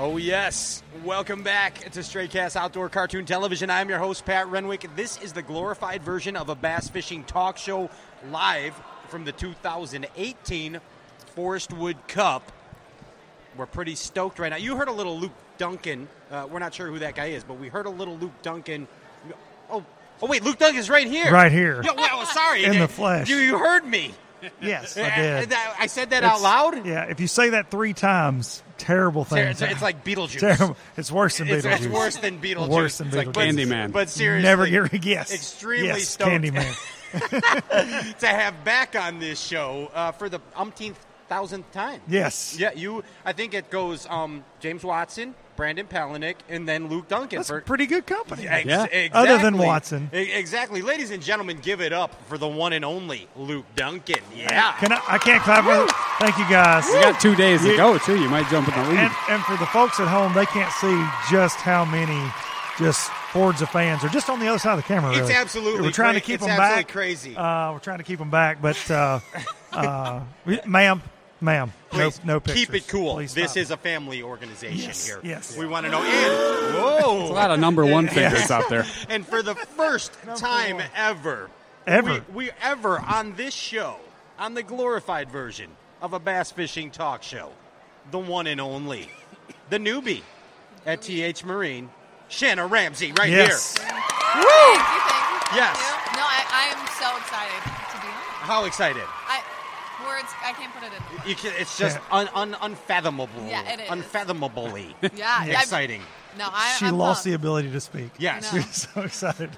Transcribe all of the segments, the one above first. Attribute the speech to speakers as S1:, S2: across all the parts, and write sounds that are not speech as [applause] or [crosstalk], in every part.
S1: Oh, yes. Welcome back to Straycast Outdoor Cartoon Television. I'm your host, Pat Renwick. This is the glorified version of a bass fishing talk show live from the 2018 Forest Wood Cup. We're pretty stoked right now. You heard a little Luke Duncan. Uh, we're not sure who that guy is, but we heard a little Luke Duncan. Oh, oh wait, Luke Duncan's right here.
S2: Right here.
S1: Yo, well, sorry.
S2: In the flesh.
S1: You, you heard me.
S2: Yes, I did.
S1: I, I said that out
S2: It's-
S1: loud?
S2: Yeah, if you say that three times, terrible
S1: It's,
S2: things.
S1: it's like Beetlejuice.
S2: [laughs] terrible. It's worse than
S1: It's,
S2: Beetlejuice.
S1: it's worse than Beetlejuice.
S2: Worse than
S1: It's like,
S2: Beetlejuice.
S1: but-
S3: Candyman.
S1: But seriously,
S2: Never get yes.
S1: Extremely
S2: yes,
S1: stoked [laughs]
S2: Candyman.
S1: to have back on this show uh, for the umpteenth thousandth time.
S2: Yes.
S1: Yeah, you. I think it goes um, James Watson, Brandon Palinick, and then Luke Duncan.
S2: That's
S1: for,
S2: pretty good company.
S1: Ex-
S3: Yeah.
S1: exactly.
S2: Other than Watson.
S1: E- exactly. Ladies and gentlemen, give it up for the one and only Luke Duncan. Yeah.
S2: Can I, I can't clap. with it. Thank you guys.
S3: You got two days to
S2: You-
S3: go too. You might jump in the lead.
S2: And, and for the folks at home, they can't see just how many just hordes of fans are just on the other side of the camera.
S1: It's
S2: really.
S1: absolutely
S2: we're trying
S1: cra-
S2: to keep
S1: it's
S2: them
S1: absolutely
S2: back.
S1: crazy.
S2: Uh, we're trying to keep them back,
S1: [laughs]
S2: but uh, uh, we- ma'am, ma'am,
S1: Please,
S2: no, no pictures.
S1: keep it cool.
S2: Please
S1: this
S2: stop.
S1: is a family organization
S2: Yes,
S1: here.
S2: yes.
S1: We want to know. And, whoa.
S3: a lot of number one fingers out there.
S1: And for the first time
S2: one.
S1: ever,
S2: Ever.
S1: we, we ever on this show, on the glorified version of a bass fishing talk show, the one and only, the newbie at TH Marine, Shanna Ramsey, right
S2: yes.
S1: here.
S4: Thank you, thank you.
S1: Yes.
S4: Thank you. No, I, I am so excited to be on.
S1: How excited!
S4: I words I can't put it in.
S1: You can, it's just un, un, unfathomable.
S4: Yeah, it is.
S1: Unfathomably
S4: Yeah, yeah, I'm-
S1: exciting.
S4: No, I
S2: She
S4: I'm
S2: lost the
S4: pumped.
S2: ability to speak. [laughs]
S1: Yes. [laughs]
S2: so
S4: No.
S2: excited.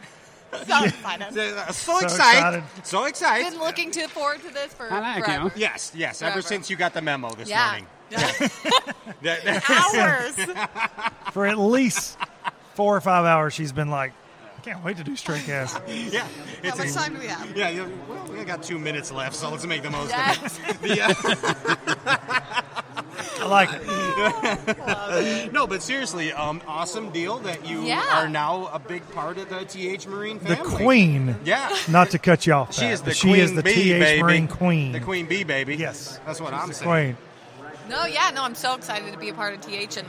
S4: So excited.
S1: So, so
S2: excited.
S1: excited! So excited!
S4: Been looking to forward to this for
S3: I like
S4: forever.
S3: him.
S1: Yes, yes. Ever
S4: Forever.
S1: since you got the memo this
S4: Yeah.
S1: morning, [laughs]
S4: yeah.
S1: That-
S4: [laughs]
S1: that-
S4: Hours.
S2: For at least four or five hours, she's been like, I can't wait to do straight cast.
S1: yeah,
S4: How
S1: it's
S4: much
S1: ex-
S4: time do we have?
S1: Yeah, you well, we got two minutes left, so let's make the most of
S4: Yes.
S1: it. The, uh,
S2: I like it.
S1: uh, [laughs] no, but seriously, um, awesome deal that you
S4: Yeah.
S1: are now a big part of the TH Marine
S2: The
S1: family.
S2: queen.
S1: Yeah.
S2: Not to cut you off.
S1: She
S2: Pat,
S1: is the
S2: but she
S1: queen
S2: is the
S1: bee,
S2: TH
S1: baby.
S2: Marine Queen.
S1: The queen bee, baby.
S2: Yes.
S1: That's what I'm
S2: The
S1: saying.
S2: queen.
S4: No, yeah, no, I'm so excited to be a part of TH and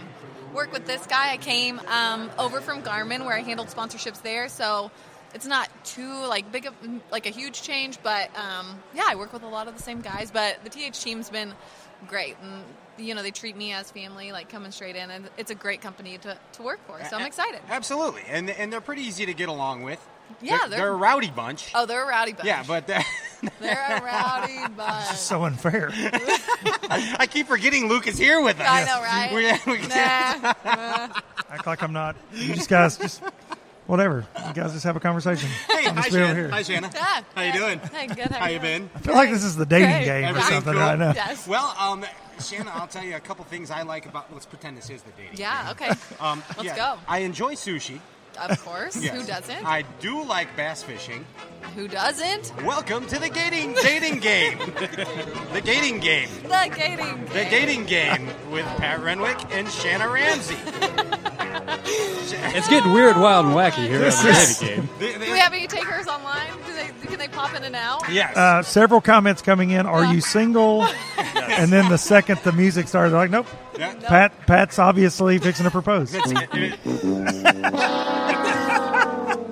S4: work with this guy. I came um, over from Garmin where I handled sponsorships there, so it's not too like big of like a huge change, but um, yeah, I work with a lot of the same guys. But the TH team's been great, and you know they treat me as family, like coming straight in, and it's a great company to, to work for. So I'm excited.
S1: Absolutely, and and they're pretty easy to get along with.
S4: Yeah,
S1: they're,
S4: they're-
S1: a rowdy bunch.
S4: Oh, they're a rowdy bunch.
S1: Yeah, but uh, that,
S4: they're a rowdy bunch.
S2: So unfair.
S1: [laughs] I keep forgetting Luke is here with us.
S4: I know, right?
S1: [laughs]
S4: [laughs]
S1: We- we-
S4: Nah.
S2: Act like I'm not. You just guys, just whatever. You guys just have a conversation.
S1: Hey,
S2: I'll
S1: hi,
S2: just be over
S1: Shanna.
S2: here.
S1: Hi, Shanna.
S4: Yeah.
S1: How you doing?
S4: Hey, good. How,
S1: How you been?
S2: I feel like this is the dating
S4: Great.
S2: game or
S4: Everything
S2: something
S1: cool?
S2: right now.
S1: [laughs]
S4: Yes.
S1: Well, um, Shanna, I'll tell you a couple things I like about. Let's pretend this is the dating.
S4: Yeah.
S1: [laughs]
S4: Okay.
S1: Um,
S4: Let's
S1: yeah,
S4: go.
S1: I enjoy sushi.
S4: Of course.
S1: Yes.
S4: Who doesn't?
S1: I do like bass fishing.
S4: Who doesn't?
S1: Welcome to the gating dating game. the gating game.
S4: The gating.
S1: The dating game with Pat Renwick and Shanna Ramsey.
S3: [laughs] It's getting weird, wild, and wacky here at the Navy game.
S1: They- they-
S4: Do we have any takers online? Do they, can they pop in and out?
S1: yes.
S2: Uh, several comments coming in. Are you single? And then the second the music started, they're like, nope.
S1: Yeah.
S2: Pat, Pat's obviously fixing to propose.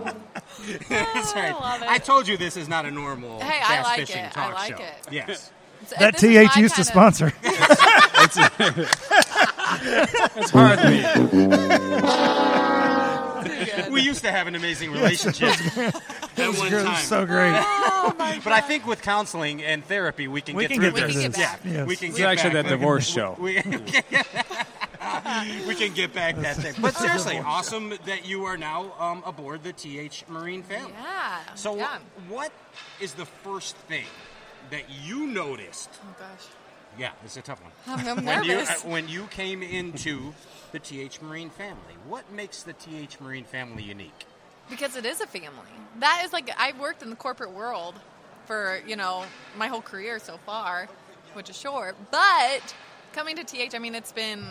S1: That's right.
S4: Oh, I love it.
S1: told you this is not a normal
S4: Hey, I
S1: bass
S4: like
S1: fishing
S4: it. I
S1: talk
S4: like
S1: show.
S4: it.
S1: Yes.
S4: So
S2: that
S4: this is
S2: TH
S4: my
S2: used to
S4: kinda- [laughs]
S2: sponsor.
S3: It's hard to beat.
S1: We used to have an amazing
S2: [laughs]
S1: relationship at one
S2: It
S1: time.
S2: was so great.
S1: But I think with counseling and therapy, we can
S2: We
S1: get
S2: can
S1: through
S2: get
S1: this.
S4: through this.
S1: Yeah,
S2: Yes.
S1: we can
S3: It's
S1: get
S3: actually
S1: back.
S3: that divorce show.
S1: We, we can get [laughs] back that thing. But seriously, awesome that you are now um, aboard the TH Marine family.
S4: Yeah.
S1: So,
S4: yeah.
S1: what is the first thing that you noticed?
S4: Oh gosh,
S1: Yeah, it's a tough one.
S4: I'm, I'm
S1: When you, uh,
S4: nervous.
S1: when you came into the TH Marine family, what makes the TH Marine family unique?
S4: because it is a family. That is like I've worked in the corporate world for you know my whole career so far, which is short. But coming to TH, I mean, it's been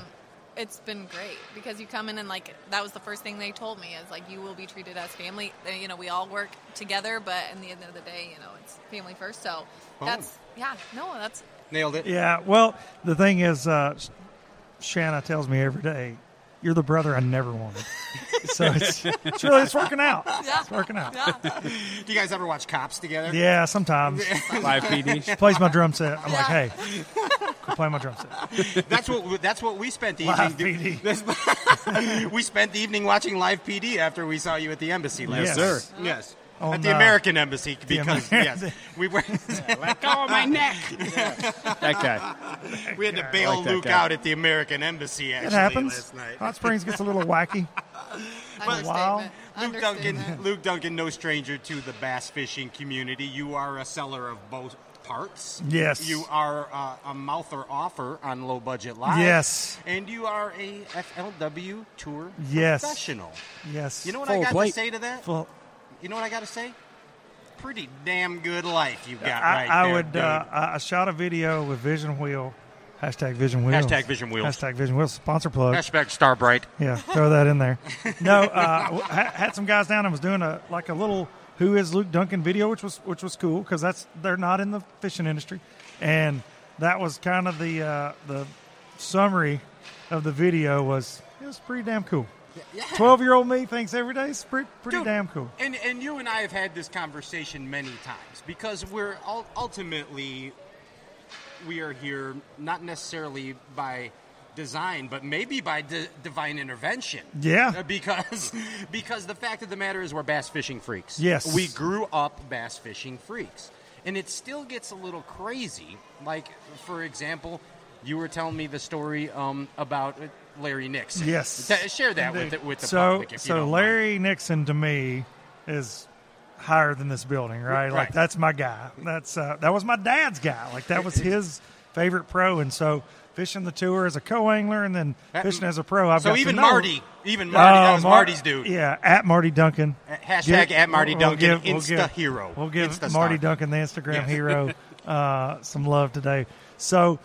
S4: it's been great because you come in and like that was the first thing they told me is like you will be treated as family. Uh, You know, we all work together, but in the end of the day, you know, it's family first. So that's yeah, no, that's
S1: Nailed it.
S2: Yeah. Well, the thing is, uh, Shanna tells me every day, "You're the brother I never wanted." so it's, it's really it's working out.
S4: Yeah.
S2: It's working out.
S4: Yeah.
S1: [laughs] Do you guys ever watch Cops together?
S2: Yeah, sometimes
S3: Live PD.
S2: plays my drum set. I'm
S4: Yeah.
S2: like,
S1: [laughs]
S2: hey, quit playing my drum set.
S1: That's what that's what we spent the
S2: Live
S1: evening.
S2: PD.
S1: This- we spent the evening watching live PD after we saw you at the embassy last.
S2: Yes.
S1: night.
S2: sir.
S1: Yes.
S2: Oh,
S1: at the
S2: no.
S1: American embassy because
S2: Amer- [laughs]
S1: yes, we were [laughs]
S3: Let go of my neck. That guy.
S1: we had to bail
S3: like that
S1: Luke
S3: guy.
S1: out at the American embassy actually
S2: It happens.
S1: last night.
S2: Hot Springs gets a
S1: [laughs]
S2: little wacky.
S4: Understatement.
S1: Luke Duncan,
S4: Understatement.
S1: Luke Duncan, no stranger to the bass fishing community. You are a seller of both parts.
S2: Yes.
S1: You are uh, a mouther offer on Low Budget Live.
S2: Yes.
S1: And you are a FLW tour
S2: Yes.
S1: professional.
S2: Yes.
S1: You know what I
S3: Full
S1: got to
S3: plate.
S1: say to that?
S2: Well,
S1: You know what I got to say? Pretty damn good life you got
S2: I,
S1: right
S2: I
S1: there,
S2: would.
S1: dude.
S2: Uh, I I shot a video with Vision Wheel. Hashtag Vision Wheels.
S1: Hashtag Vision Wheels.
S2: Hashtag Vision Wheels. Sponsor plug.
S1: Hashtag Starbright.
S2: Yeah, throw that in there. No, uh, w- ha- had some guys down and was doing a like a little "Who is Luke Duncan" video, which was which was cool because that's they're not in the fishing industry, and that was kind of the uh, the summary of the video was it was pretty damn cool. Twelve year old me thinks every day is pretty pretty
S1: Dude,
S2: damn cool.
S1: And and you and I have had this conversation many times because we're ul- ultimately we are here not necessarily by design, but maybe by di- divine intervention.
S2: Yeah.
S1: Uh, [laughs] because because the fact of the matter is we're bass fishing freaks.
S2: Yes.
S1: we grew up bass fishing freaks, and it still gets a little crazy. Like for example, you were telling me the story um, about. uh, Larry Nixon.
S2: Yes.
S1: T- share that with the,
S2: Indeed.
S1: with the
S2: so,
S1: public. If
S2: so
S1: you don't mind.
S2: Larry Nixon to me is higher than this building, right?
S1: Right.
S2: Like that's my guy. That's uh, that was my dad's guy. Like that was his favorite pro, and so fishing the tour as a co angler and then
S1: That-
S2: fishing as a pro. I've
S1: So
S2: got to
S1: even
S2: know-
S1: Marty, even Marty, that
S2: Oh,
S1: was
S2: Mar-
S1: Marty's dude.
S2: Yeah, at Marty Duncan.
S1: At- hashtag at Marty Duncan, Insta hero.
S2: We'll give
S1: Insta
S2: Marty
S1: star.
S2: Duncan, the Instagram
S1: Yes. [laughs]
S2: hero, uh, some love today. So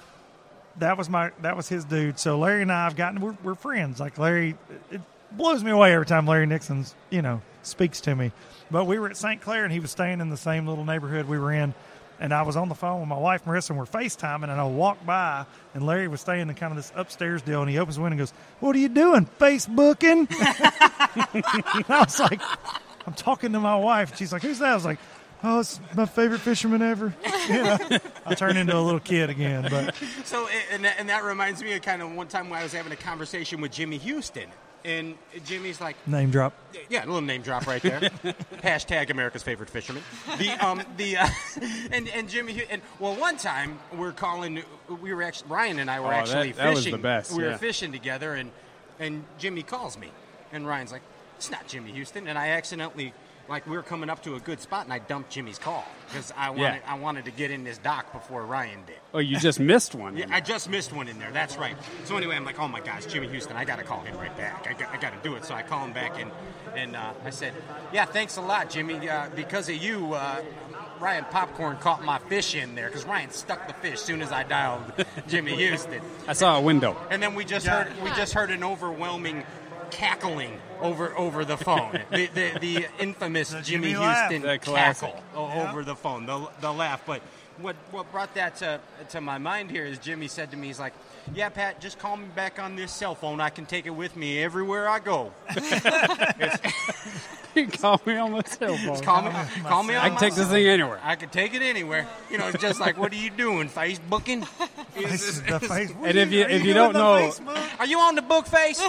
S2: that was my that was his dude. So Larry and I have gotten we're, we're friends. Like Larry, it blows me away every time Larry Nixon's you know speaks to me. But we were at St. Clair and he was staying in the same little neighborhood we were in. And I was on the phone with my wife Marissa and we're FaceTiming and I walked by and Larry was staying in kind of this upstairs deal and he opens the window and goes, What are you doing? Facebooking? [laughs] And I was like, I'm talking to my wife. and She's like, who's that? I was like, oh, it's my favorite fisherman ever. [laughs] You know, I turn into a little kid again. But
S1: So, a- and that, and that reminds me of kind of one time when I was having a conversation with Jimmy Houston, and Jimmy's like,
S2: name drop.
S1: yeah, a little name drop right
S3: [laughs]
S1: there. Hashtag America's favorite fisherman. The um the uh, [laughs] and and Jimmy Hu- and well one time we're calling we were actually Ryan and I were
S3: Oh, that-
S1: actually
S3: that was
S1: fishing.
S3: the best,
S1: we were
S3: yeah.
S1: fishing together and and Jimmy calls me and Ryan's like it's not Jimmy Houston and I accidentally like we were coming up to a good spot and I dumped Jimmy's call because I wanted I wanted to get in this dock before Ryan did.
S3: Oh, you just missed one.
S1: Yeah, I just missed one in there. That's right. So anyway, I'm like, oh my gosh, Jimmy Houston, I got to call him right back. I got, I got to do it. So I call him back and and uh, I said, yeah, thanks a lot, Jimmy. Uh, because of you, uh, Ryan Popcorn caught my fish in there because Ryan stuck the fish soon as I dialed [laughs] Jimmy Houston.
S3: I saw a window. [laughs]
S1: And then we just heard we just heard an overwhelming cackling over over the
S3: [laughs]
S1: phone. the, the the infamous Jimmy,
S2: Jimmy laugh.
S1: Houston
S3: The classic.
S1: cackle o- over the phone. The the laugh. But what what brought that to to my mind here is Jimmy said to me, he's like, "Yeah, Pat, just call me back on this cell phone. I can take it with me everywhere I go.
S3: [laughs] You call me on my cell phone.
S1: Call me call me on
S3: I can
S1: my
S3: take this
S1: cell-
S3: thing anywhere.
S1: I can take it anywhere. You know, it's just like, what are you doing? Facebooking?
S2: This is the face.
S3: And if you-
S2: are
S3: if you
S2: doing
S3: don't
S2: the
S3: know-
S2: Facebook?
S1: Are you on the book
S3: [laughs]
S1: face?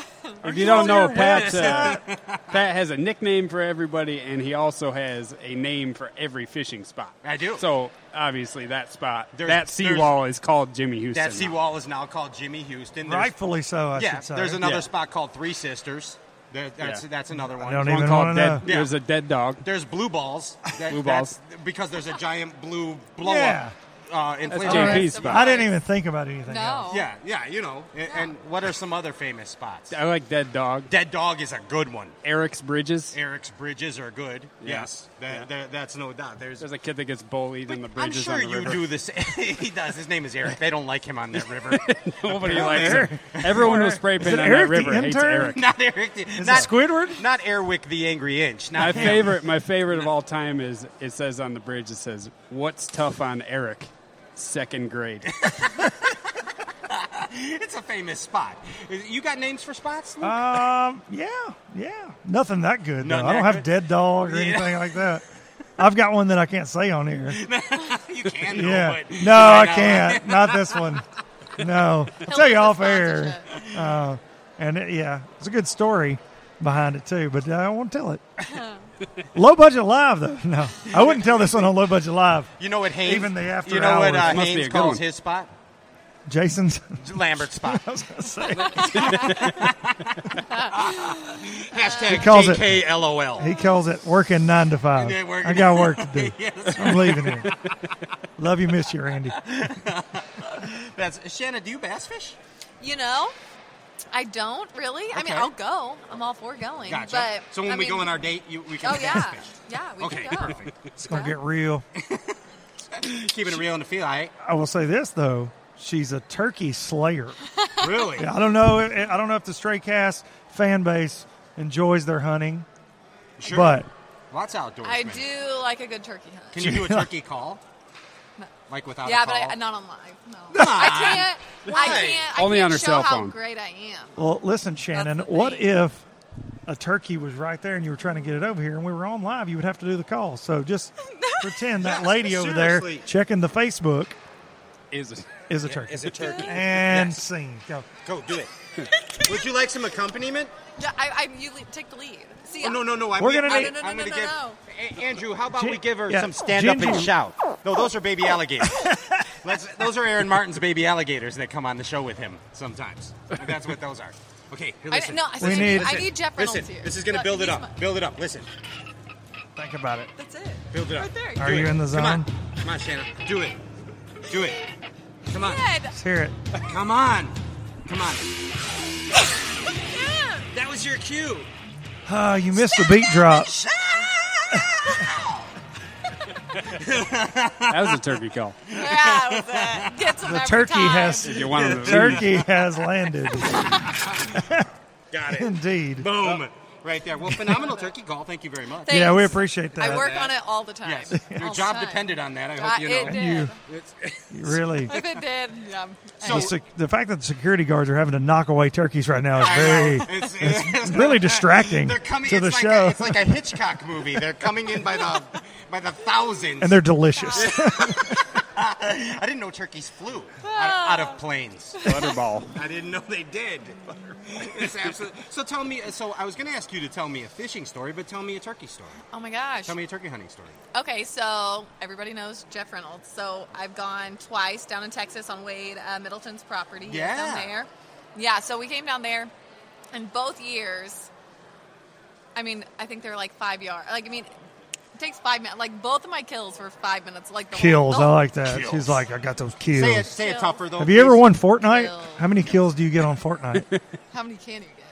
S3: If you don't
S2: on
S3: know,
S2: your
S3: Pat, uh, Pat has a nickname for everybody, and he also has a name for every fishing spot.
S1: I do.
S3: So obviously, that spot,
S1: There's-
S3: that
S1: there's-
S3: seawall is called Jimmy Houston.
S1: That seawall is now called Jimmy Houston. There's-
S2: rightfully so, I
S1: Yeah,
S2: should say.
S1: there's another
S3: Yeah.
S1: spot called Three Sisters. There- that's,
S3: Yeah.
S1: that's another one.
S2: don't
S3: One
S2: even
S3: called
S2: wanna
S3: dead.
S2: know.
S3: There's
S1: Yeah.
S3: a dead dog.
S1: There's blue balls. That-
S3: Blue
S1: that's- because there's a giant blue blow
S2: Yeah.
S1: up uh, in
S3: That's
S1: Cleveland.
S3: JP 's
S4: Rest of
S3: spot.
S2: I didn't even think about anything.
S4: No.
S2: else.
S1: Yeah, yeah, you know. And, and what are some other famous spots?
S3: I like dead dog.
S1: Dead Dog is a good one.
S3: Eric's Bridges.
S1: Eric's bridges are good.
S3: Yeah.
S1: Yes, that,
S3: Yeah.
S1: that- that's no doubt. There's,
S3: There's a kid that gets bullied in the
S1: I'm
S3: bridges
S1: sure
S3: on the
S1: you
S3: river.
S1: do this. [laughs] he does. His name is Eric. They don't like him on that river.
S3: [laughs]
S1: [laughs]
S3: Nobody likes it. Everyone who spray
S2: Is it
S3: painted on
S2: Eric
S3: that
S2: the
S3: river hates
S2: intern?
S3: Eric.
S1: not Eric. The,
S2: Is
S1: not
S2: it Squidward?
S1: Not Erwick the Angry Inch. Not
S3: My
S1: him.
S3: favorite, my favorite of all time is it says on the bridge. It says, "What's tough on Eric? Second grade."
S1: [laughs] it's a famous spot. You got names for spots? Luke?
S2: Um, yeah, yeah. Nothing that good. though.
S1: Nothing
S2: I don't
S1: that
S2: have
S1: good?
S2: dead dog or
S1: Yeah.
S2: anything like that. I've got one that I can't say on here.
S1: you can, though,
S2: yeah.
S1: but
S2: No, I can't. Not this one. No. I'll tell you off air. Uh, and it, yeah, it's a good story behind it too, but I won't tell it. low budget live though. No, I wouldn't tell this one on low budget live.
S1: You know what Haynes?
S2: Even the after
S1: You know what uh,
S2: hours.
S3: Must be
S1: Haynes
S3: a good
S1: calls
S3: one.
S1: his spot?
S2: Jason's.
S1: Lambert's
S2: [laughs]
S1: spot.
S2: I was gonna say
S1: Hashtag
S2: calls it-
S1: JKLOL.
S2: he calls it working nine to five.
S1: Yeah, working-
S2: I got work to do.
S1: [laughs] Yes.
S2: I'm leaving here. Love you, miss you, Randy.
S1: That's Shanna. Do you bass fish?
S4: You know, I don't really. I
S1: Okay.
S4: mean, I'll go. I'm all for going.
S1: Gotcha.
S4: But
S1: so when
S4: I
S1: we
S4: mean,
S1: go on our date, you, we can
S4: oh
S1: bass
S4: yeah,
S1: fish.
S4: yeah, we
S1: Okay,
S4: can go.
S1: perfect.
S2: It's gonna get real.
S1: [laughs] Keeping it real in the field, all [laughs] right?
S2: I will say this though. She's a turkey slayer.
S1: Really?
S2: I don't know. I don't know if the Stray Cast fan base enjoys their hunting,
S1: Sure.
S2: but
S1: Lots outdoors.
S4: I
S1: man.
S4: do like a good turkey hunt.
S1: Can you
S2: [laughs]
S1: do a turkey call? Like without
S4: yeah,
S1: a
S4: but
S1: call?
S4: I, not on live.
S1: [laughs]
S4: No, I can't. I
S1: Why?
S4: can't. I
S3: Only
S4: can't
S3: on her
S4: show
S3: cell
S4: how
S3: phone.
S4: great I am.
S2: well, listen, Shannon.
S4: That's the
S2: What
S4: thing.
S2: if a turkey was right there and you were trying to get it over here, and we were on live? You would have to do the call.
S1: [laughs]
S2: So just pretend that lady over
S1: seriously.
S2: there checking the Facebook
S3: Is it?
S2: is a turkey.
S1: Is a turkey. [laughs]
S2: and
S1: Yes.
S2: scene. Go.
S1: Go, do it. Would you like some accompaniment?
S4: Yeah, I, I, you le- take the lead. See,
S1: Oh, no, no, no. I'm
S2: We're
S1: gonna,
S2: gonna
S1: I-
S2: need-
S4: No, no,
S1: I'm
S4: no,
S1: gonna
S4: no,
S1: give
S4: no,
S1: A- Andrew. How about
S2: Gi-
S1: we give her
S2: yeah.
S1: some stand up and
S2: Ginger.
S1: shout? No, those are
S2: [laughs]
S1: baby alligators. Let's, those are Aaron Martin's baby alligators that come on the show with him sometimes. That's what those are. Okay, here,
S4: I,
S1: listen.
S4: no, I,
S2: We
S4: I
S2: need-
S4: need, I need Jeff Reynolds
S1: listen.
S4: here.
S1: This is gonna
S4: No,
S1: build it
S4: he's
S1: up.
S4: my-
S1: build it up. Listen,
S2: Think about it.
S4: That's it.
S1: build it up.
S4: Right there.
S2: Are
S1: Do
S2: you
S1: it.
S2: in the
S1: Come on.
S2: zone?
S1: Come on, Shanna. Do it. Do it. Come on. [laughs]
S4: Good.
S2: Let's hear it.
S1: Come on. Come on.
S4: Yeah.
S1: That was your cue.
S2: Oh, you missed the beat
S1: [laughs]
S2: drop.
S3: That was a turkey call.
S4: Yeah, with that. Gets them
S2: The
S4: every
S2: turkey
S4: time.
S2: has
S3: If you want 'em to
S2: turkey
S1: [laughs]
S2: has landed.
S1: Got
S2: [laughs]
S1: it.
S2: Indeed.
S1: Boom. Right there. Well, phenomenal turkey call. Thank you very much.
S4: Thanks.
S2: Yeah, we appreciate that.
S4: I work on it all the time.
S1: Yes, [laughs] your
S4: All the
S1: job
S4: time.
S1: depended on that. I
S4: Uh,
S1: hope you
S4: it
S1: know.
S4: did.
S2: You really.
S4: If it did, yeah.
S1: So-
S2: The, sec- the fact that the security guards are having to knock away turkeys right now is [laughs] very
S1: [laughs] It's,
S2: really distracting
S1: They're coming
S2: to the
S1: it's like
S2: show,
S1: A, it's like a Hitchcock movie. They're coming in by the [laughs] by the thousands.
S2: and they're delicious.
S1: I didn't know turkeys flew out, out of planes.
S3: Butterball.
S1: Oh. I didn't know they did. [laughs] It's absolute. So tell me. So I was going to ask you to tell me a fishing story, but tell me a turkey story.
S4: oh my gosh.
S1: Tell me a turkey hunting story.
S4: Okay, so everybody knows Jeff Reynolds. So I've gone twice down in Texas on Wade uh, Middleton's property. He was
S1: Yeah.
S4: down there. Yeah, so we came down there, and both years, I mean, I think they're like five yards. Like, I mean, it takes five minutes. Like, both of my kills were five minutes. Like, the
S2: kills,
S4: whole- oh,
S2: I like that.
S1: Kills.
S2: She's like, I got those
S1: Say it.
S2: kills.
S1: Say it tougher though.
S2: Have you ever
S1: please.
S2: won Fortnite?
S4: Kills.
S2: How many kills do you get on
S3: [laughs]
S2: Fortnite?
S4: How many can you get?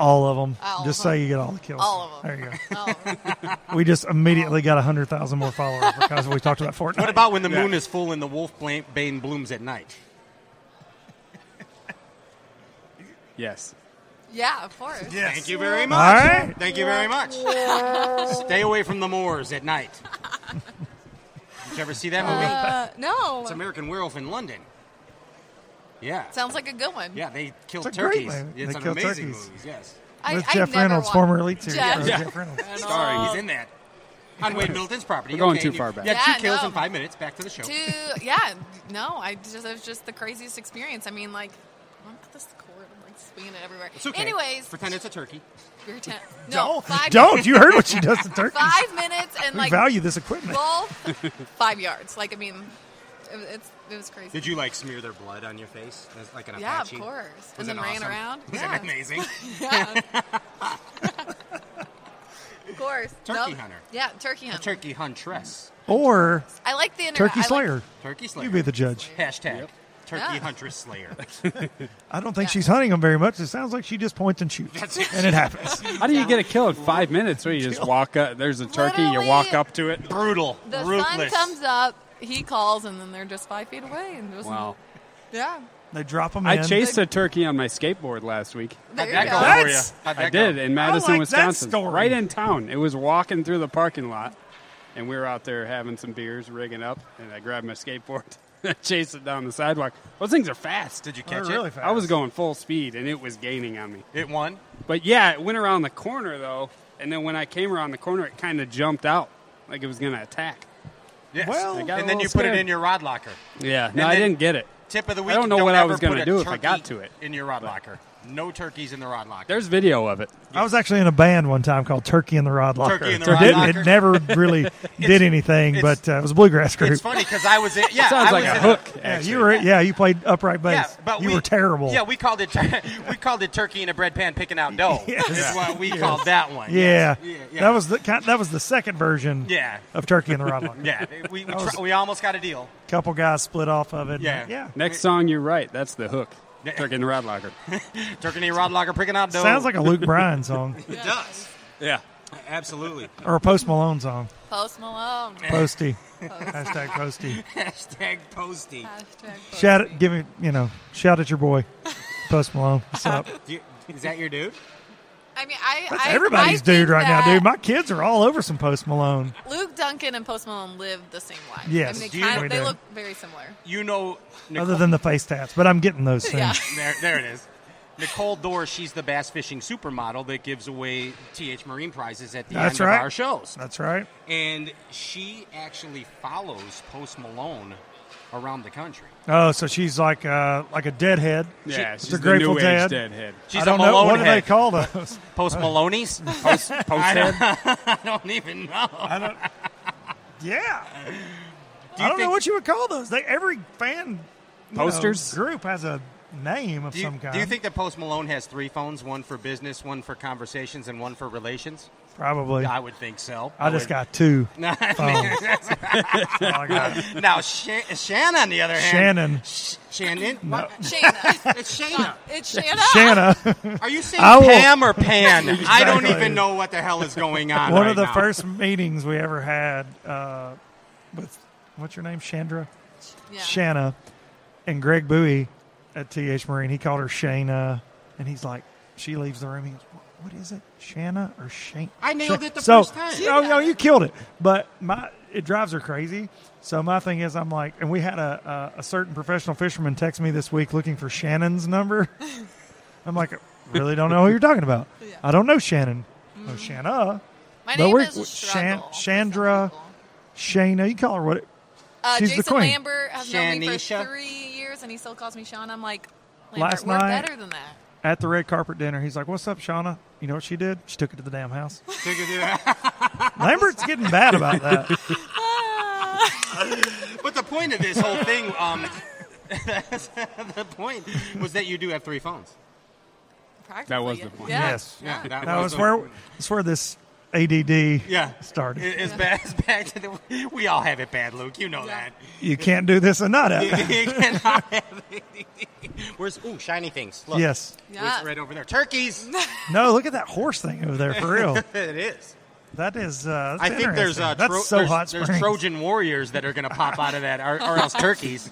S2: all of them.
S4: All of
S2: just
S4: them.
S2: say you get all the kills.
S4: All of them.
S2: There you
S4: Oh, [laughs]
S2: go. We just immediately got hundred thousand more followers because we talked about Fortnite.
S1: What about when the moon is full and the wolf bla- bane blooms at night?
S3: Yes.
S4: yeah, of course.
S1: Thank you very much.
S2: All right.
S1: Thank you very much. Stay away from the moors at night. Did you ever see that movie?
S4: Uh, no.
S1: it's American Werewolf in London. Yeah.
S4: Sounds like a good one.
S1: yeah, they killed
S2: It's a great
S1: turkeys.
S2: movie.
S1: It's
S2: They
S1: an
S2: kill
S1: amazing
S2: turkeys.
S1: movie, yes.
S2: [laughs]
S4: I,
S2: With
S4: I
S2: Jeff
S4: never
S2: Reynolds,
S4: watched-
S2: former elite series?
S4: Jeff,
S2: bro,
S1: Yeah.
S2: Jeff Reynolds.
S1: Starring,
S4: uh,
S1: he's in that. On Wade Milton's property.
S3: We're going
S1: Okay,
S3: too
S1: and you-
S3: far back.
S1: Yeah, two
S4: Yeah,
S1: kills
S4: no.
S1: in five minutes. Back to the show. [laughs]
S4: to yeah no i just it was just the craziest experience i mean like i'm at this cord i'm like swinging it everywhere
S1: It's okay.
S4: anyways
S1: Pretend it's a turkey.
S4: your
S1: [laughs]
S4: ten, no
S2: don't,
S4: 5 [laughs]
S2: don't. You heard what she does to turkeys.
S4: five minutes and
S2: we
S4: like
S2: value this equipment.
S4: both
S1: [laughs]
S4: five yards like i mean it, was- it's it was crazy
S1: Did you like smear their blood on your face? That's Like an
S4: yeah
S1: Apache?
S4: of course
S1: Was
S4: and
S1: it
S4: then ran
S1: awesome?
S4: around
S1: Was
S4: yeah.
S1: it amazing?
S4: [laughs]
S1: [laughs]
S4: yeah of course
S1: Turkey
S4: Nope.
S1: hunter.
S4: yeah turkey hunter
S1: turkey huntress.
S2: Or
S4: i like the inter-
S2: turkey
S4: I like-
S2: slayer.
S1: Turkey slayer.
S2: You be the judge.
S1: Hashtag
S3: Yep.
S1: Turkey
S4: Yeah.
S1: Huntress
S4: [laughs]
S1: Slayer.
S2: I don't think
S4: Yeah.
S2: she's hunting them very much. It sounds like she just points and shoots,
S1: That's it.
S2: and it
S4: [laughs]
S2: happens.
S3: How do you get a kill in five minutes? Where you just walk up, there's a turkey,
S4: Literally-
S3: you walk up to it.
S1: Brutal.
S4: the sun
S1: ruthless.
S4: comes up he calls and then they're just five feet away and just
S3: Wow.
S4: yeah
S2: They drop them.
S3: I
S2: in.
S3: chased a turkey on my skateboard last week.
S4: there
S1: How'd
S4: you
S1: that
S4: go.
S1: go for ya?
S2: That's-
S1: How'd
S3: I
S1: that
S3: did
S1: go?
S3: in Madison,
S2: like that
S3: Wisconsin,
S2: story.
S3: right in town. It was walking through the parking lot, and we were out there having some beers, rigging up, and I grabbed my skateboard [laughs] chase it down the sidewalk. Those things are fast.
S1: Did you
S2: They're
S1: catch
S2: Oh, really
S1: it?
S2: fast.
S3: I was going full speed and it was gaining on me.
S1: It won.
S3: But yeah, it went around the corner though, and then when I came around the corner, it kind of jumped out like it was going to attack.
S1: Yes.
S2: Well- I
S1: and
S3: got a
S1: then you
S3: little
S1: put it
S3: scared.
S1: in your rod locker.
S3: Yeah,
S1: And
S3: no, I
S1: then-
S3: didn't get it.
S1: Tip of the week.
S3: don't know what I was
S1: going
S3: gonna do if I got to it.
S1: In your rod locker. No turkeys in the rod locker.
S3: There's video of it.
S2: I was actually in a band one time called Turkey in the Rod Locker.
S1: Turkey in the
S2: It
S1: Rod
S2: didn't-
S1: Locker.
S2: It never really did
S1: [laughs]
S2: anything,
S1: it's-
S2: but uh, it was a bluegrass group.
S1: it's funny because I
S3: [laughs]
S1: was in, yeah,
S3: Sounds
S1: I
S3: like
S1: was
S3: a
S1: in
S3: hook.
S2: Yeah,
S3: actually.
S2: you were yeah, you played upright bass.
S1: Yeah, but
S2: you
S1: we,
S2: were terrible.
S1: Yeah, we called it tur- [laughs] we called it turkey in a bread pan picking out dough.
S2: [laughs] Yes.
S1: Is what we called that one.
S2: Yeah.
S1: Yes. yeah.
S2: that was the kind, that was the second version.
S1: Yeah.
S2: of Turkey in the Rod
S1: [laughs]
S2: Locker. [laughs]
S1: yeah. We we, tr- we almost got a deal.
S2: couple guys split off of it.
S1: Yeah.
S2: yeah.
S3: Next song, you're right. That's the hook.
S1: Yeah.
S3: Turkey in the Rod Locker.
S1: Turkey in a rod locker picking out dough.
S2: Sounds like a Luke
S1: [laughs]
S2: Bryan song
S1: it does.
S3: yeah.
S1: Absolutely.
S2: or a Post Malone song.
S4: Post Malone.
S2: Posty, hashtag Posty.
S1: [laughs] Hashtag posty.
S4: Hashtag Post
S2: Shout,
S4: Me.
S2: at, give me, you know, shout at your boy, Post Malone. What's
S4: [laughs]
S2: up?
S1: Do you- is that your dude?
S4: I mean, I.
S2: That's
S4: I,
S2: everybody's dude
S4: I think
S2: right now,
S4: that
S2: dude. My kids are all over some Post Malone.
S4: Luke Duncan and Post Malone live the same life.
S2: Yes.
S4: I mean,
S2: Do
S4: they,
S2: you-
S4: kind
S2: We
S4: of, they
S2: do.
S4: look very similar.
S1: You know. Nicole,
S2: Other than the face tats, but I'm getting those soon.
S4: Yeah.
S2: [laughs]
S1: there, there it is. Nicole Dorr, she's the bass fishing supermodel that gives away TH Marine prizes at the
S2: That's
S1: end
S2: right.
S1: of our shows.
S2: That's right.
S1: And she actually follows Post Malone around the country.
S2: Oh, so she's like uh, like a deadhead.
S3: Yeah,
S2: It's
S3: she's
S2: a
S3: the
S2: Grateful
S3: new
S2: Dead.
S3: age deadhead.
S1: She's
S2: I don't
S1: a
S2: know
S1: Malone
S2: what do they
S1: head. [laughs]
S2: call those.
S1: Post Maloney's? [laughs]
S3: [laughs] Post, post head.
S1: I don't even know.
S2: I don't. Yeah,
S1: Do
S2: I
S1: you
S2: don't know
S1: think-
S2: what you would call those. They every fan you know,
S3: Posters?
S2: group has a name of
S1: Do you,
S2: some kind.
S1: do you think that Post Malone has three phones, one for business, one for conversations, and one for relations?
S2: probably?
S1: I would think so.
S2: I just
S1: would- [laughs]
S2: got two.
S1: No, I
S2: phones.
S1: mean-
S2: Oh, I
S1: [laughs]
S2: got it.
S1: now, Shan Shannon, on the other hand.
S2: Shannon.
S1: Sh- Shannon? What?
S4: Shayna.
S1: It's Shannon.
S4: it's Shayna.
S2: Shanna,
S1: Are you saying
S2: I will-
S1: Pam or
S2: [laughs]
S1: Pan? I don't
S2: Exactly.
S1: even know what the hell is going on.
S2: one
S1: right
S2: of the
S1: now.
S2: first meetings we ever had uh, with what's your name, Chandra,
S4: Yeah.
S2: Shanna, and Greg Bowie at TH Marine. He called her Shana, and he's like, she leaves the room. He goes, "What- "What is it, Shanna or Shane?"
S1: I nailed it the
S2: so,
S1: first time.
S2: No, no, you killed it. But my it drives her crazy. So my thing is, I'm like, and we had a a, a certain professional fisherman text me this week looking for
S1: [laughs]
S2: Shannon's number. I'm like, I really don't know who you're talking about.
S4: Yeah.
S2: I don't know Shannon.
S1: Mm-hmm.
S2: Oh, Shanna,
S4: My
S2: But
S4: name
S2: we're-
S4: is
S2: Shan-
S4: Struggle.
S2: Chandra- Shana, you call her what?
S4: Uh,
S2: She's the
S4: Jason
S2: queen.
S4: Lambert has known me for
S1: Shanisha.
S4: three years, and he still calls me Sean. I'm like, Lambert,
S2: Last
S4: we're
S2: night-
S4: better than that.
S2: At the red carpet dinner, he's like, "What's up, Shauna?" You know what she did? She took it to the damn house. Lambert's getting bad about
S4: [laughs]
S2: that.
S1: But the point of this whole thing, um, [laughs] the point was that you do have three phones.
S4: Practically,
S3: That was
S4: yeah.
S3: the point.
S4: Yeah.
S2: Yes.
S1: Yeah, that,
S2: That was
S1: the-
S2: where that's where this ADD
S1: Yeah,
S2: started.
S1: It- It's bad. It's back to the. We all have it bad, Luke. You know
S4: Yeah.
S2: You can't do this and not
S1: that. [laughs]
S2: have.
S1: You cannot have it. Where's ooh shiny things? Look.
S2: [laughs] yes.
S4: Yeah.
S1: It's right over there. Turkeys. [laughs]
S2: No, look at that horse thing over there for real.
S1: it is.
S2: That is. Uh, that's
S1: I think there's
S2: interesting.
S1: uh,
S2: that's
S1: Tro-
S2: so
S1: there's,
S2: hot
S1: there's
S2: springs.
S1: Trojan warriors that are going to pop out of that, or, or else
S4: [laughs]
S1: turkeys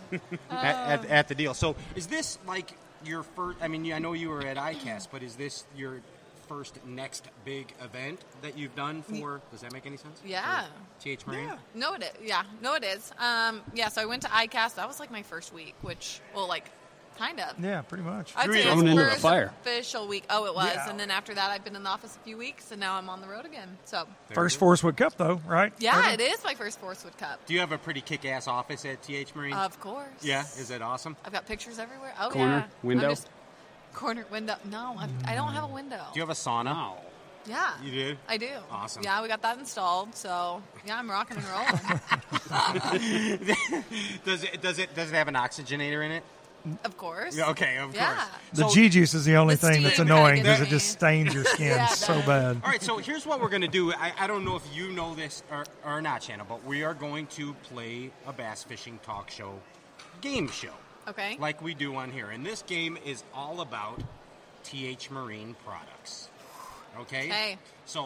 S1: at, at, at the deal. So is this like your first? I mean, I know you were at ICAST, but is this your first next big event that you've done for? Does that make any sense?
S4: Yeah.
S1: For TH Marine.
S4: No, it is. Yeah, no, it is. Um, yeah, so I went to ICAST. That was like my first week, which, well, like, kind of.
S2: Yeah, pretty much.
S4: I'd say
S1: Three
S4: it
S1: thrown
S4: was
S3: into the
S4: first
S3: fire.
S4: official week. Oh, it was.
S2: Yeah.
S4: And then after that, I've been in the office a few weeks, and now I'm on the road again. So,
S2: First Forcewood Cup, though, right?
S4: yeah,
S2: Thirty?
S4: it is my first Forcewood Cup.
S1: Do you have a pretty kick-ass office at TH Marine?
S4: Of course.
S1: yeah, is it awesome?
S4: I've got pictures everywhere. Oh,
S3: Corner,
S4: yeah. I'm
S3: window?
S4: corner window. No, I'm, I don't have a window.
S1: Do you have a sauna?
S4: yeah.
S1: You do?
S4: I do.
S1: Awesome.
S4: Yeah, we got that installed. So, yeah, I'm rocking and rolling.
S1: [laughs] Does it does it does it have an oxygenator in it?
S4: of course.
S1: Yeah, okay, of
S4: Yeah.
S1: course.
S2: The
S1: So-
S2: G juice is the only
S4: The
S2: thing that's
S4: steam kinda
S2: annoying because
S4: gets
S2: it
S4: me.
S2: just stains
S4: [laughs]
S2: your skin
S4: Yeah, it
S2: so
S4: does.
S2: bad.
S1: All right, so here's what we're going to do. I, I don't know if you know this or, or not, Shanna, but we are going to play a bass fishing talk show game show
S4: Okay.
S1: like we do on here. And this game is all about TH Marine products. Okay?
S4: Okay.
S2: [laughs]
S1: So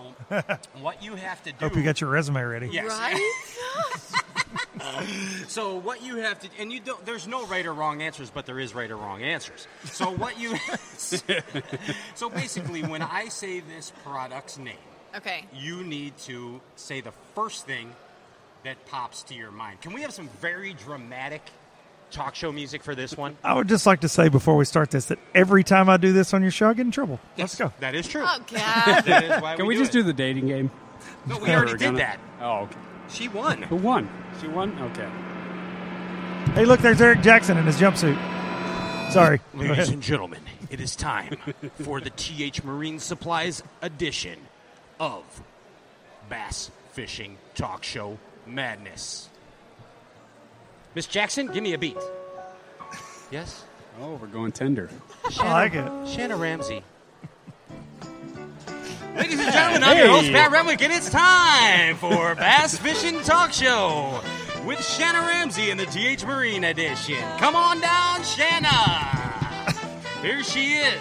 S1: what you have to do
S2: Hope you got your resume ready.
S1: Yeah. yes.
S4: Right?
S1: So what you have to and you don't there's no right or wrong answers, but there is right or wrong answers. So what
S2: [laughs]
S1: you [laughs] So basically when I say this product's name,
S4: okay.
S1: you need to say the first thing that pops to your mind. Can we have some very dramatic talk show music for this one?
S2: I would just like to say before we start this that every time I do this on your show, I get in trouble. Let's go.
S1: That is true.
S4: Oh God.
S1: That is why
S3: Can we, just do the dating game?
S1: it. No, we already
S3: We're
S1: did
S3: gonna-
S1: that.
S3: Oh, okay.
S1: She won.
S3: Who won? She won? Okay.
S2: Hey, look, there's Eric Jackson in his
S1: [laughs]
S2: jumpsuit. Sorry.
S1: Ladies and gentlemen, it is time for the TH Marine Supplies edition of Bass Fishing Talk Show Madness. Miss Jackson, give me a beat. Yes?
S3: Oh, we're going tender.
S2: I like it.
S1: Shanna Ramsey. [laughs] Ladies and gentlemen, I'm your host, Pat Remwick, and it's time for [laughs] Bass Fishing Talk Show with Shanna Ramsey in the TH Marine Edition. Come on down, Shanna. Here she is.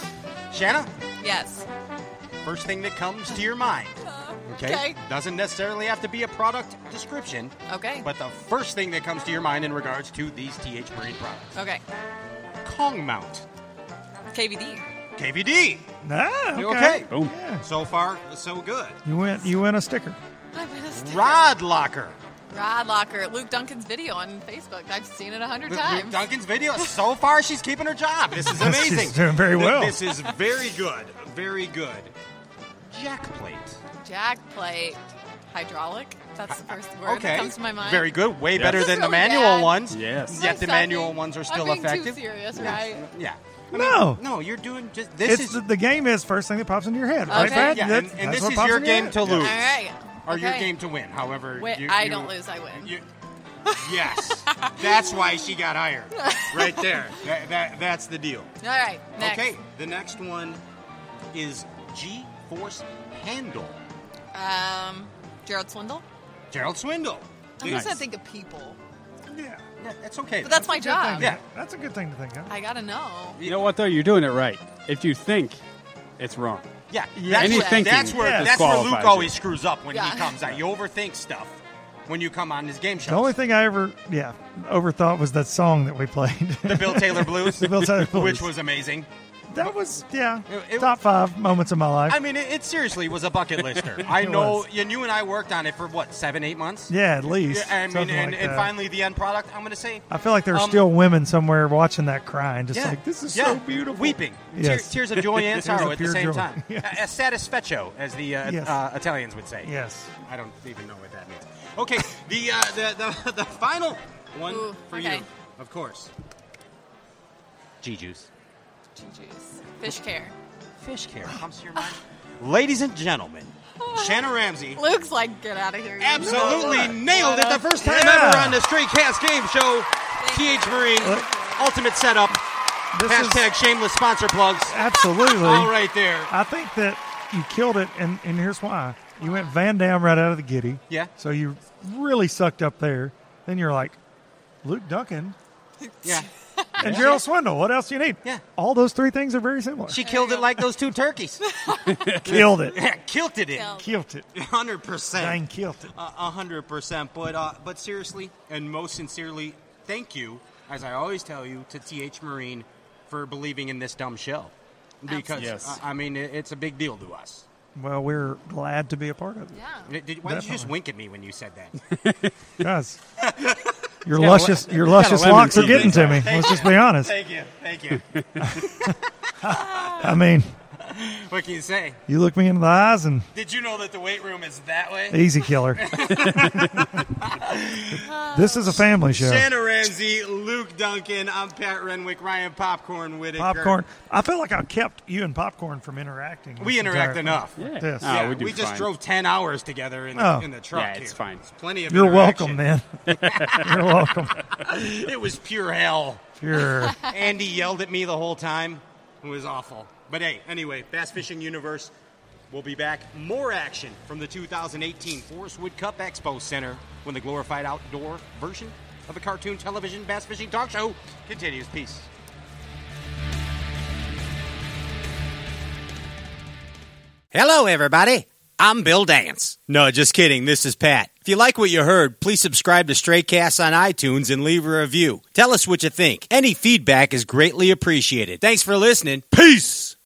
S1: [laughs] Shanna,
S4: yes.
S1: first thing that comes to your mind.
S4: Okay.
S1: Doesn't necessarily have to be a product description,
S4: Okay.
S1: but the first thing that comes to your mind in regards to these TH Marine products.
S4: Okay.
S1: Kong Mount.
S4: KVD.
S1: KVD.
S2: Ah, okay.
S1: You okay?
S3: Boom.
S2: Yeah.
S1: So far, so good.
S2: You win. You win a sticker.
S4: I've been a st-
S1: Rod Locker.
S4: Rod Locker, Luke Duncan's video on Facebook. I've seen it a hundred
S1: Luke
S4: times.
S1: Duncan's video. So far, she's keeping her job. This is
S2: [laughs] She's
S1: amazing.
S2: doing very
S1: Th-
S2: well.
S1: This is very good. Very good. Jack plate.
S4: Jack plate. Hydraulic. That's the first word
S1: okay.
S4: that comes to my mind.
S1: Very good. Way better
S4: This is
S1: than the
S4: really
S1: manual
S4: bad.
S1: ones.
S3: Yes.
S1: Yet
S4: I'm
S1: the
S4: sorry.
S1: manual ones are still
S4: I'm being
S1: effective.
S4: Too serious, right?
S1: Yeah.
S2: No.
S1: No, you're doing just. This
S2: It's
S1: is.
S2: the, the game is first thing that pops into your head, right,
S4: Okay.
S2: Pat?
S1: yeah,
S2: That-
S1: and, and
S2: that's
S1: this
S2: what
S1: is
S2: pops
S1: your
S2: into your
S1: game to
S2: head.
S1: lose.
S4: All right.
S1: Or your
S4: Okay.
S1: game to win, however.
S4: Win-
S1: you-
S4: I
S1: you-
S4: don't lose. I win.
S1: You- yes, that's why she got hired. Right there. That, that, that's the deal.
S4: All right. Next.
S1: Okay, the next one is G Force Handle.
S4: Um, Gerald Swindle.
S1: Gerald Swindle.
S4: I'm
S3: Nice.
S4: just gonna think of people,
S2: Yeah.
S1: Yeah, that's okay.
S4: Oh, but that's my job.
S1: Yeah.
S2: That's a good thing to think of.
S4: I gotta know.
S3: You know what though? You're doing it right. If you think, it's wrong.
S1: yeah,
S2: Yeah.
S1: that's,
S4: Any
S1: where,
S3: thinking
S1: that's where
S2: Yeah.
S1: that's where Luke
S3: disqualifies you.
S1: always screws up when
S4: Yeah.
S1: he comes out. You overthink stuff when you come on his game show.
S2: The only thing I ever, yeah, overthought was that song that we played. [laughs]
S1: the [laughs] Bill Taylor Blues,
S2: The Bill
S1: [laughs]
S2: Taylor
S1: which
S2: Blues.
S1: was amazing.
S2: that was, yeah,
S1: It- it-
S2: top five moments of my life.
S1: I mean, it, it seriously was a bucket lister. I
S2: [laughs] It
S1: know,
S2: was.
S1: and you and I worked on it for what seven, eight months.
S2: yeah, at least.
S1: Yeah, I mean,
S2: something
S1: and,
S2: like
S1: and
S2: that.
S1: finally the end product. I'm going to say,
S2: I feel like there were
S1: um,
S2: still women somewhere watching that crying, just
S1: yeah,
S2: like this is
S1: yeah,
S2: so beautiful,
S1: weeping,
S2: Yes.
S1: Tear, tears of
S2: [laughs]
S1: joy and
S2: of
S1: sorrow at the
S2: pure
S1: same
S2: joy.
S1: time.
S2: Yes.
S1: A, a satisfeccio, as the uh,
S2: Yes.
S1: uh, Italians would say.
S2: Yes.
S1: I don't even know what that means. Okay, the uh, the, the the final one
S4: Ooh,
S1: for
S4: okay.
S1: you, of course. G juice,
S4: Juice. Fish care.
S1: fish care comes to your mind, ladies and gentlemen. Shanna Ramsey
S4: Luke's like, get out of here. you
S1: absolutely
S4: know.
S1: nailed it the first time
S2: Yeah. Uh,
S1: ever on the Straight Cast Game Show. TH Marine, ultimate setup.
S2: This is-
S1: Hashtag shameless sponsor plugs.
S2: absolutely.
S1: All right there.
S2: I think that you killed it, and, and here's why. You went Van Dam right out of the giddy.
S1: Yeah.
S2: So you really sucked up there. Then you're like, Luke Duncan
S1: Yeah.
S2: and Gerald Swindle. What else do you need?
S1: Yeah.
S2: All those three things are very similar.
S1: She killed it like those two turkeys.
S2: [laughs] killed it.
S1: Yeah, killed it.
S4: Killed.
S2: killed it.
S1: Hundred percent.
S2: Dang, killed it.
S1: hundred percent. But uh, but seriously, and most sincerely, thank you, as I always tell you, to TH Marine for believing in this dumb show. Because uh,
S3: Absolutely. Yes.
S1: I I mean, it- it's a big deal to us.
S2: Well, we're glad to be a part of it.
S4: Yeah.
S1: Did, why did you just
S2: Definitely.
S1: wink at me when you said that? [laughs]
S2: Guys, your luscious, your luscious
S3: lemon
S2: locks are
S3: tea
S2: getting
S3: there.
S2: to me. Let's just be honest.
S1: Thank you, thank you.
S2: I mean,
S1: What can you say?
S2: you look me in the eyes and
S1: Did you know that the weight room is that way? [laughs]
S2: easy killer. this is a family show.
S1: Shanna Ramsey, Luke Duncan, I'm Pat Renwick, Ryan Popcorn Whitaker.
S2: Popcorn. I feel like I kept you and Popcorn from interacting.
S1: We
S2: this entire
S1: interact
S2: time.
S1: enough.
S3: Yeah.
S2: Yes.
S3: Ah,
S1: Yeah,
S3: we do
S1: just
S3: fine.
S1: drove ten hours together in,
S2: Oh.
S1: in the truck.
S3: Yeah, it's
S1: here.
S3: fine.
S1: It's plenty of.
S2: You're welcome,
S1: interaction.
S2: man. You're welcome.
S1: [laughs] It was pure hell.
S2: You're
S1: Andy yelled at me the whole time. It was awful. But hey, anyway, Bass Fishing Universe. We'll be back. More action from the 2018 Forest Wood Cup Expo Center when the glorified outdoor version of the cartoon television bass fishing talk show continues. Peace.
S5: Hello, everybody. I'm Bill Dance. No, just kidding. This is Pat. If you like what you heard, please subscribe to Straycast on iTunes and leave a review. Tell us what you think. Any feedback is greatly appreciated. Thanks for listening. Peace.